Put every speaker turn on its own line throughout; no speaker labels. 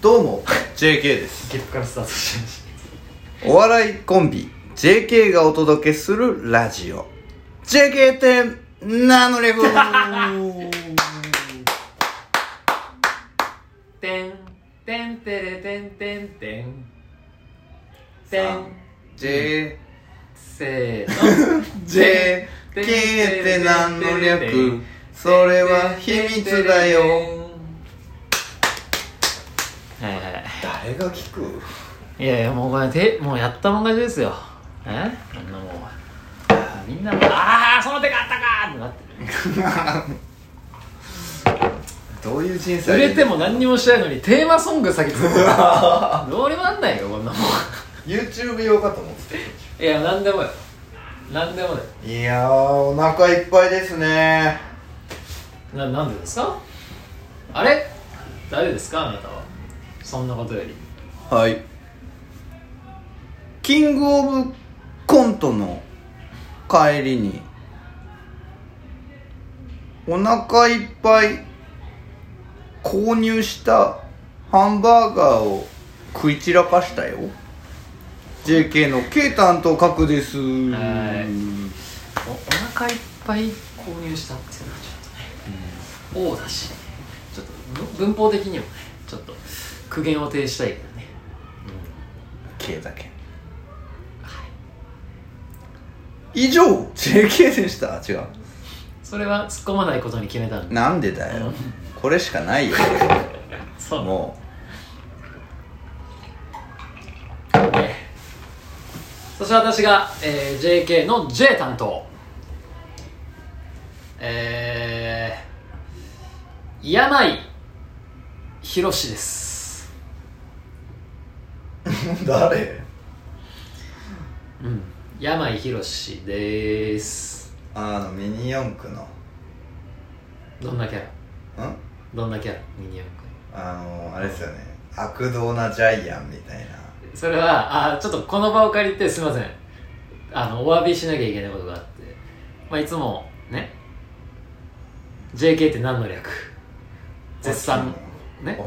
どうも JK です
ゲップからスタートしまし
お笑いコンビ JK がお届けするラジオ JK って何の略
たてんてんてれてんてんてんて
さあ
ん
J
せーの
JK って何の略それは秘密だよ
はいは
誰が聞く
いいやいやもうこれてもうやったもん勝ちですよえあんなもうあーみんなもうああその手があったかーってなって
どういう人生
売れても何にもしないのにテーマソング先作ってるどうにもなんないよこんなもん
YouTube 用かと思って
いや何でもよ何でもだよ
たいやーお腹いっぱいですね
ななんでですかあれ誰ですかあなたはそんなことより
はいキングオブコントの帰りにお腹いっぱい購入したハンバーガーを食い散らかしたよ JK の K 担当角です
はいおお腹いっぱい購入したっていうのはちょっとね、王だしちょっとぶ文法的にもねちょっと苦言を呈したいけどね
K だけ以上 JK でした違う
それは突っ込まないことに決めたんで
なんでだよこれしかないよ
そう
も
ねそして私が、えー JK の J 担当えー、柳井宏です
う誰
うん柳井宏です
あのミニ四駆のん
どんなキャラどんなキャラミニオン
あのあれですよね悪道なジャイアンみたいな
君それはあーちょっとこの場を借りてすいませんあのお詫びしなきゃいけないことがあって、まあ、いつもね JK って何の略絶賛ね
お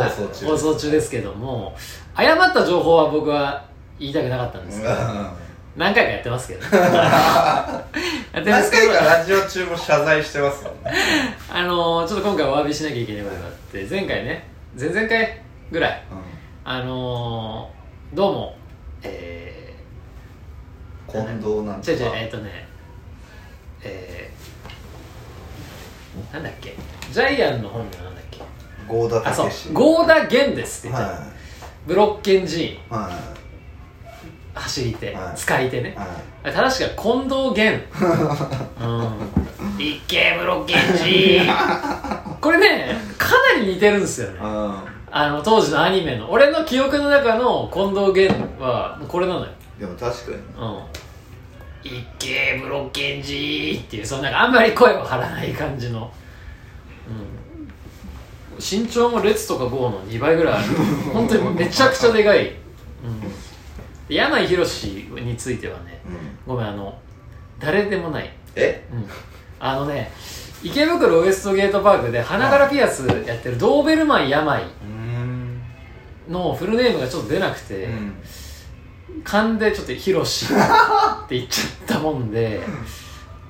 あ
放送中
放送中ですけども誤った情報は僕は言いたくなかったんですけど
何
何回かやってます けどやってますけ
回
ど
かラジオ中も謝罪してますもんね
あのーちょっと今回お詫びしなきゃいけないことがあって前回ね前々回ぐらいあのーどうもえ
近藤なん
ー、
と
違う違う
か
えっ、とねえー、なんだっけジャイアンの本名なんだっけ
合田
あそう
武史
郷田源ですって言った、
は
ブロッケン寺院
いは
走り手、
はい
使い手ね
い、は
正しくは近藤源うん一景ブロッケンジこれねかなり似てるんですよね
い
あの当時のアニメの俺の記憶の中の近藤源はもうこれなのよ
うんでも確かに
うん一景ブロッケンジっていうそのなんかあんまり声を張らない感じの、うん、身長も列とか豪の2倍ぐらい ある本当にもうめちゃくちゃでかい、うん、で柳井宏についてはね
うん
ごめんあの誰でもない、
え
うん、あのね池袋ウエストゲートパークで花柄ピアスやってるドーベルマン病
うーん
のフルネームがちょっと出なくて、
うん
勘でちょっと「ヒロシ」って言っちゃったもんで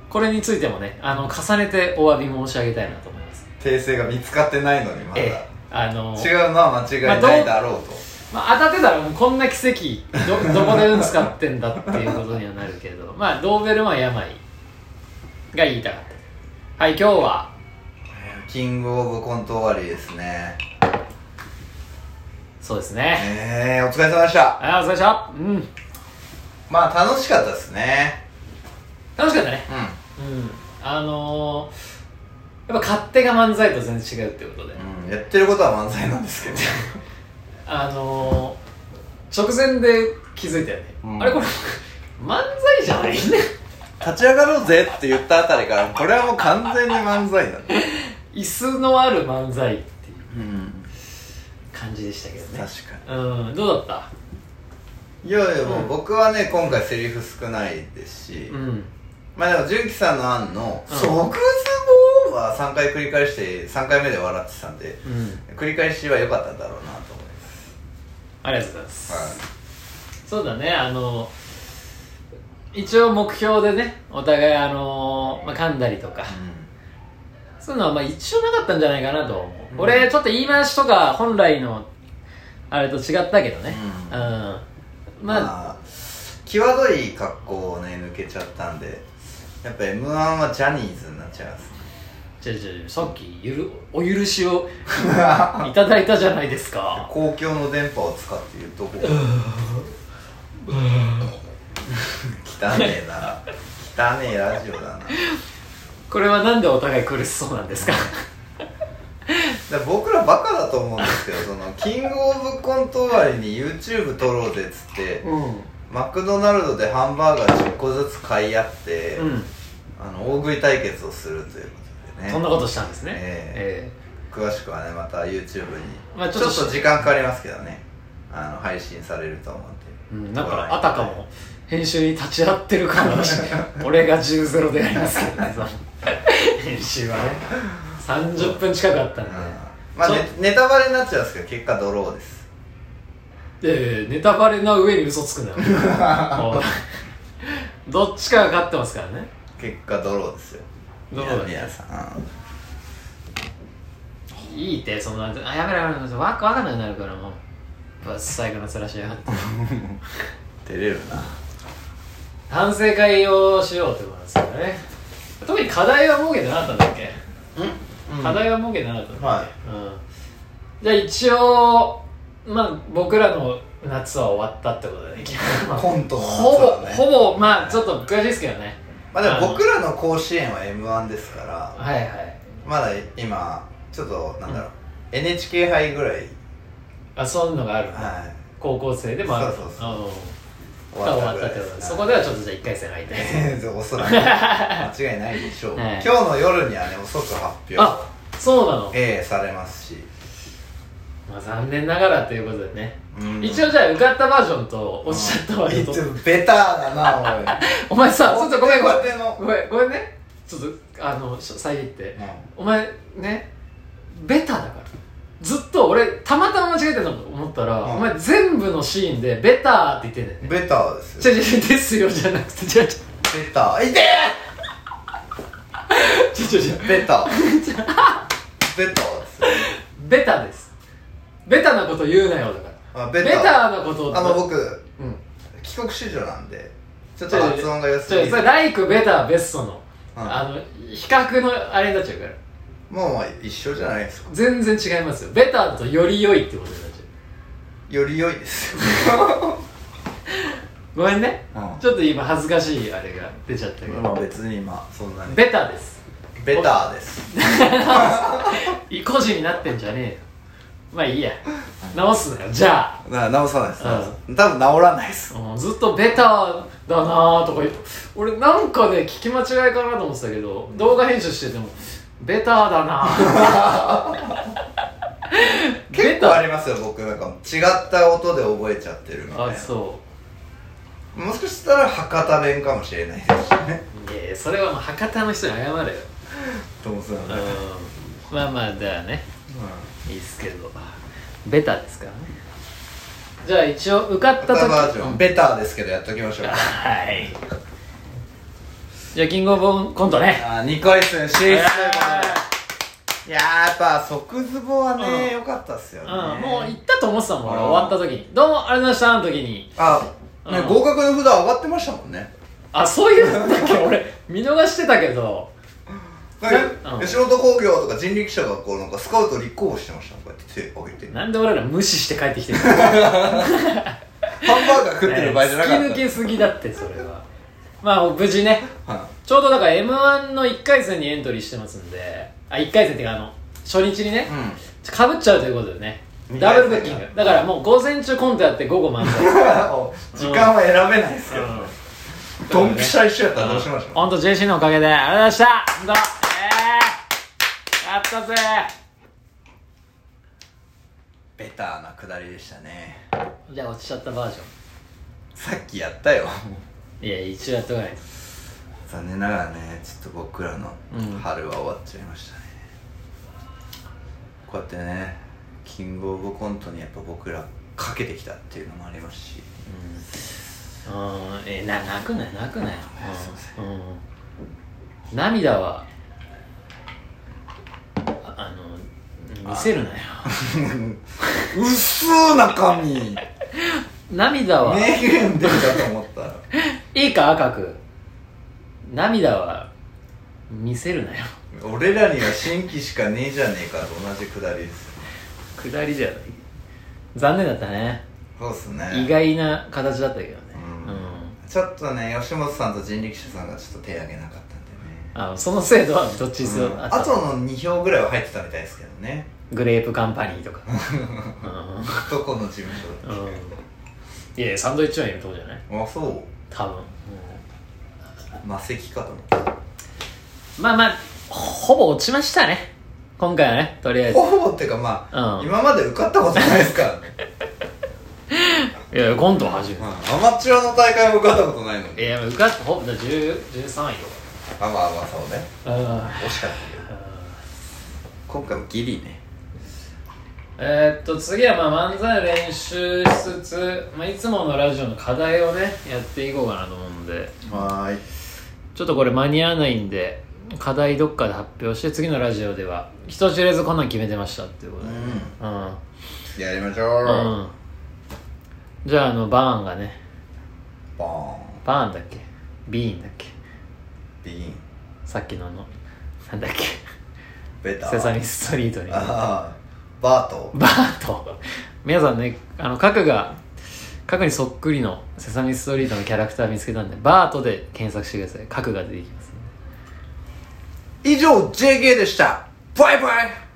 これについてもねあの重ねてお詫び申し上げたいなと思います、
訂正が見つかってないのにまだ
ええあの
違うのは間違いないだろうと
まあ、当たってたらもうこんな奇跡どど こで運使ってんだっていうことにはなるけどまあドーベルマン病が言いたかったはい今日は
キングオブコント終わりですね
そうですね
ええお疲れ様でした
あお疲れ様でしたうん
まあ楽しかったですね
楽しかったね
う
うんあのー、やっぱ勝手が漫才と全然違うってことで
ん、うん、やってることは漫才なんですけど
あのー、直前で気づいたよね、
うん
あれこれ 漫才じゃ ないね
立ち上がろうぜって言ったあたりからこれはもう完全に漫才だね
椅子のある漫才って
う
いう
ん
感じでしたけどね
確か
うんどうだっ
にいやいやもううん僕はね今回セリフ少ないですし、
たうん
まあでも純喜さんの案の「
うん
即ズボーは3回繰り返して3回目で笑ってたんで
うん
繰り返しは良かったんだろうなと思います
ありがとうございます、
は
そうだねあの一応目標でねお互いあの、まあ、噛んだりとか、
い、
そういうのはまあ一応なかったんじゃないかなとは思う、
うん
俺ちょっと言い回しとか本来のあれと違ったけどね
う
うんん、ま
ま
あ
あ際どい格好をね抜けちゃったんでやっぱ m 1はジャニーズになっちゃいます
ちょちょちょさっきゆるお許し をいただいたじゃないですか
公共の電波を使って言うとこ 汚ねえな汚ねえラジオだなだか
これはなんでお互い苦しそうなんですか
ら僕らバカだと思うんですけどそのキングオブコント終わりに YouTube 撮ろうぜっつって
うん
マクドナルドでハンバーガー10個ずつ買い合って、
うん
あの大食い対決をするということでね
そんなことしたんですね
え
え
詳しくはねまた YouTube に、
まあ
ち
ち
ょ
ょ
っ
っ
と
と
時間かかりますけどねあの配信されると思うんで
えうん、だからあたかも編集に立ち会ってるかも し俺が1 0ロでやりますけどねその編集はね30分近くあったん
うん
で、
まあ、
ちょ
ねネタバレになっちゃうんですけど結果ドローです
でネタバレの上に嘘つくなよ おいどっちかが勝ってますからね
結果ドローですよ
ドローだね
いや皆さん、
いいってそのあやめろやめろやめろわかんなくなるからもうバス最後のつらしやがって
照れるな
反省会をしようってことなんですからね特に課題は設けてなかったんだっけ、
うん
課題は設けてなかったんだっけ、
はい
うん、じゃあ一応まあ僕らの夏は終わったってこと だね
コントの夏
ほぼ
はね
ほぼまあちょっと悔しいですけどね
まあでも
あの
僕らの甲子園は m 1ですから
はいはい
まだ今ちょっとなんだろう、NHK 杯ぐらい
あそういうのがあるんだ
はい
高校生でもあ
そ
る
うそうそ
うんが終わったってことでそ こではちょっとじゃあ1回戦入って
おそらく間違いないでしょう、
はい
今日の夜にはね遅く発表
あそうなの、
ええされますし、
まあ、残念ながらということでね、
うん
一応じゃあ受かったバージョンと落ちちゃったバージョンと、
うんベターだな
お前さち
おい
ょっとごめんごめん
お手の
ごめんごめんねちょっとあのし遮って、お前ねベタだからずっと俺たまたま間違えてたと思ったら、
うん
お前全部のシーンで「ベター」って言ってんだよね
ベターです
違
よ
う違う違うですよ」じゃなくて違う違う
ベターいて
違う違う違う
ベターベターですよ
ベタですベタなこと言うなよだから
あ
ベ
ベ
タ
ター
なこと
あの僕
うん
帰国子女なんでちょっと発音が良す
ちょ
ぎ
い
て
それライクベタベストの、
うん
あの比較のあれになっちゃうから
もうまあ一緒じゃないですか
全然違いますよベタだとより良いってことになっちゃう
より良いですよ、
ごめんね
うん
ちょっと今恥ずかしいあれが出ちゃったけ
まあ
ど
別に今そんなに
ベタです
ベターです
意固地になってんじゃねえよまあいいや直すなよじゃあ
な直さないです直さない多分直らないです
うんずっとベタだなーとか言って俺なんかね聞き間違いかなと思ってたけど動画編集しててもベタだなー
結構ありますよ僕なんか違った音で覚えちゃってるみたいな
あそ
もしかしたら博多弁かもしれないですし ね
ういやいやそれはもう博多の人に謝れよ
ともすな
うんん
だね
まあまあだからねいいっすけどベタですからねじゃあ一応受かった
博
時
多バージョンベターですけどやっときま しょう
はいじゃあキングオブコントね
あ2回戦進出と
い
いう
や
ことでいやーやっぱ即ズボはね
うん
良かったっすよね
ーうんもう行ったと思ってたもん俺
うん
終わった時にどうもありがとうございましたの時に
あね
うん
合格の札上がってましたもんね
あそういうのだっけ俺見逃してたけど
なんか
うん
吉本興業とか人力車がこうなんかスカウト立候補してましたもんこうやって手挙げてハン
なんで俺ら無視して帰ってきてる
バーガー食ってる場合じゃなかった
突き抜けすぎだってそれはまあ無事ね
は
ちょうどだから m 1の1回戦にエントリーしてますんであ1回戦っていうかあの初日にね
い、うん
かぶっちゃうということでね
二
ダ
回戦
ブルブッキングだからもう午前中コントやって午後漫才
時間は選べないですけど、ねドンピシャ一緒やったらどうしましょう、
ほんと JC のおかげでありがとうございましたほんとえー、やったぜ
ベターなくだりでしたね
じゃあ落ちちゃったバージョ
さっきやったよ
ンいや一応やっとかないと
残念ながらねちょっと僕らの
うん
春は終わっちゃいましたね、こうやってねキングオブコントにやっぱ僕らかけてきたっていうのもありますし
うん、うん、えな泣くなよ泣くなよ、うんうん、涙はああの見せるなよ
うっすー中身 名
涙は、
言出るかと思ったら
いいか赤く涙は見せるなよ
俺らには新規しかねえじゃねえかと同じくだりですよ
下りじゃない残念だったね
そうっすね
意外な形だったけどね
うんちょっとね吉本さんと人力車さんがちょっと手挙げなかったんでね
あその制度はどっちにせよ
うん
あ
あ
った
との2票ぐらいは入ってたみたいですけどね
グレープカンパニー とかう
どこの事務所
ん、
だっ
うん、いやいやサンドイッチマンいるとこじゃない
け、あそう
多分、
魔石かと思った
うんまあまあほぼ落ちましたね今回はねとりあえず
ほぼっていうかまあ、
うん
今まで受かったことないですからね、
いやコントは初め
うん、
て、
アマチュアの大会も受かったことないのに
いや受かってほぼだから10 13位と
あまあまあそうね
かうん
惜しかったけど今回もギリね
えーっと次はまあ漫才練習しつつ、まあ、いつものラジオの課題をねやっていこうかなと思うんで
はーい
ちょっとこれ間に合わないんで課題どっかで発表して次のラジオでは人知れずこんなん決めてましたっていうことで
う
うん
んやりましょう、
うん、じゃああのバーンがね
バーン
バーンだっけビーンだっけ
ビギン
さっきのあのなんだっけ
ベタ
セサミストリートに
あーバート
バーと皆さんねあの角が角にそっくりの「セサミストリート」のキャラクター見つけたんでバートで検索してください角が出てきます
以上 JK でしたバイバイ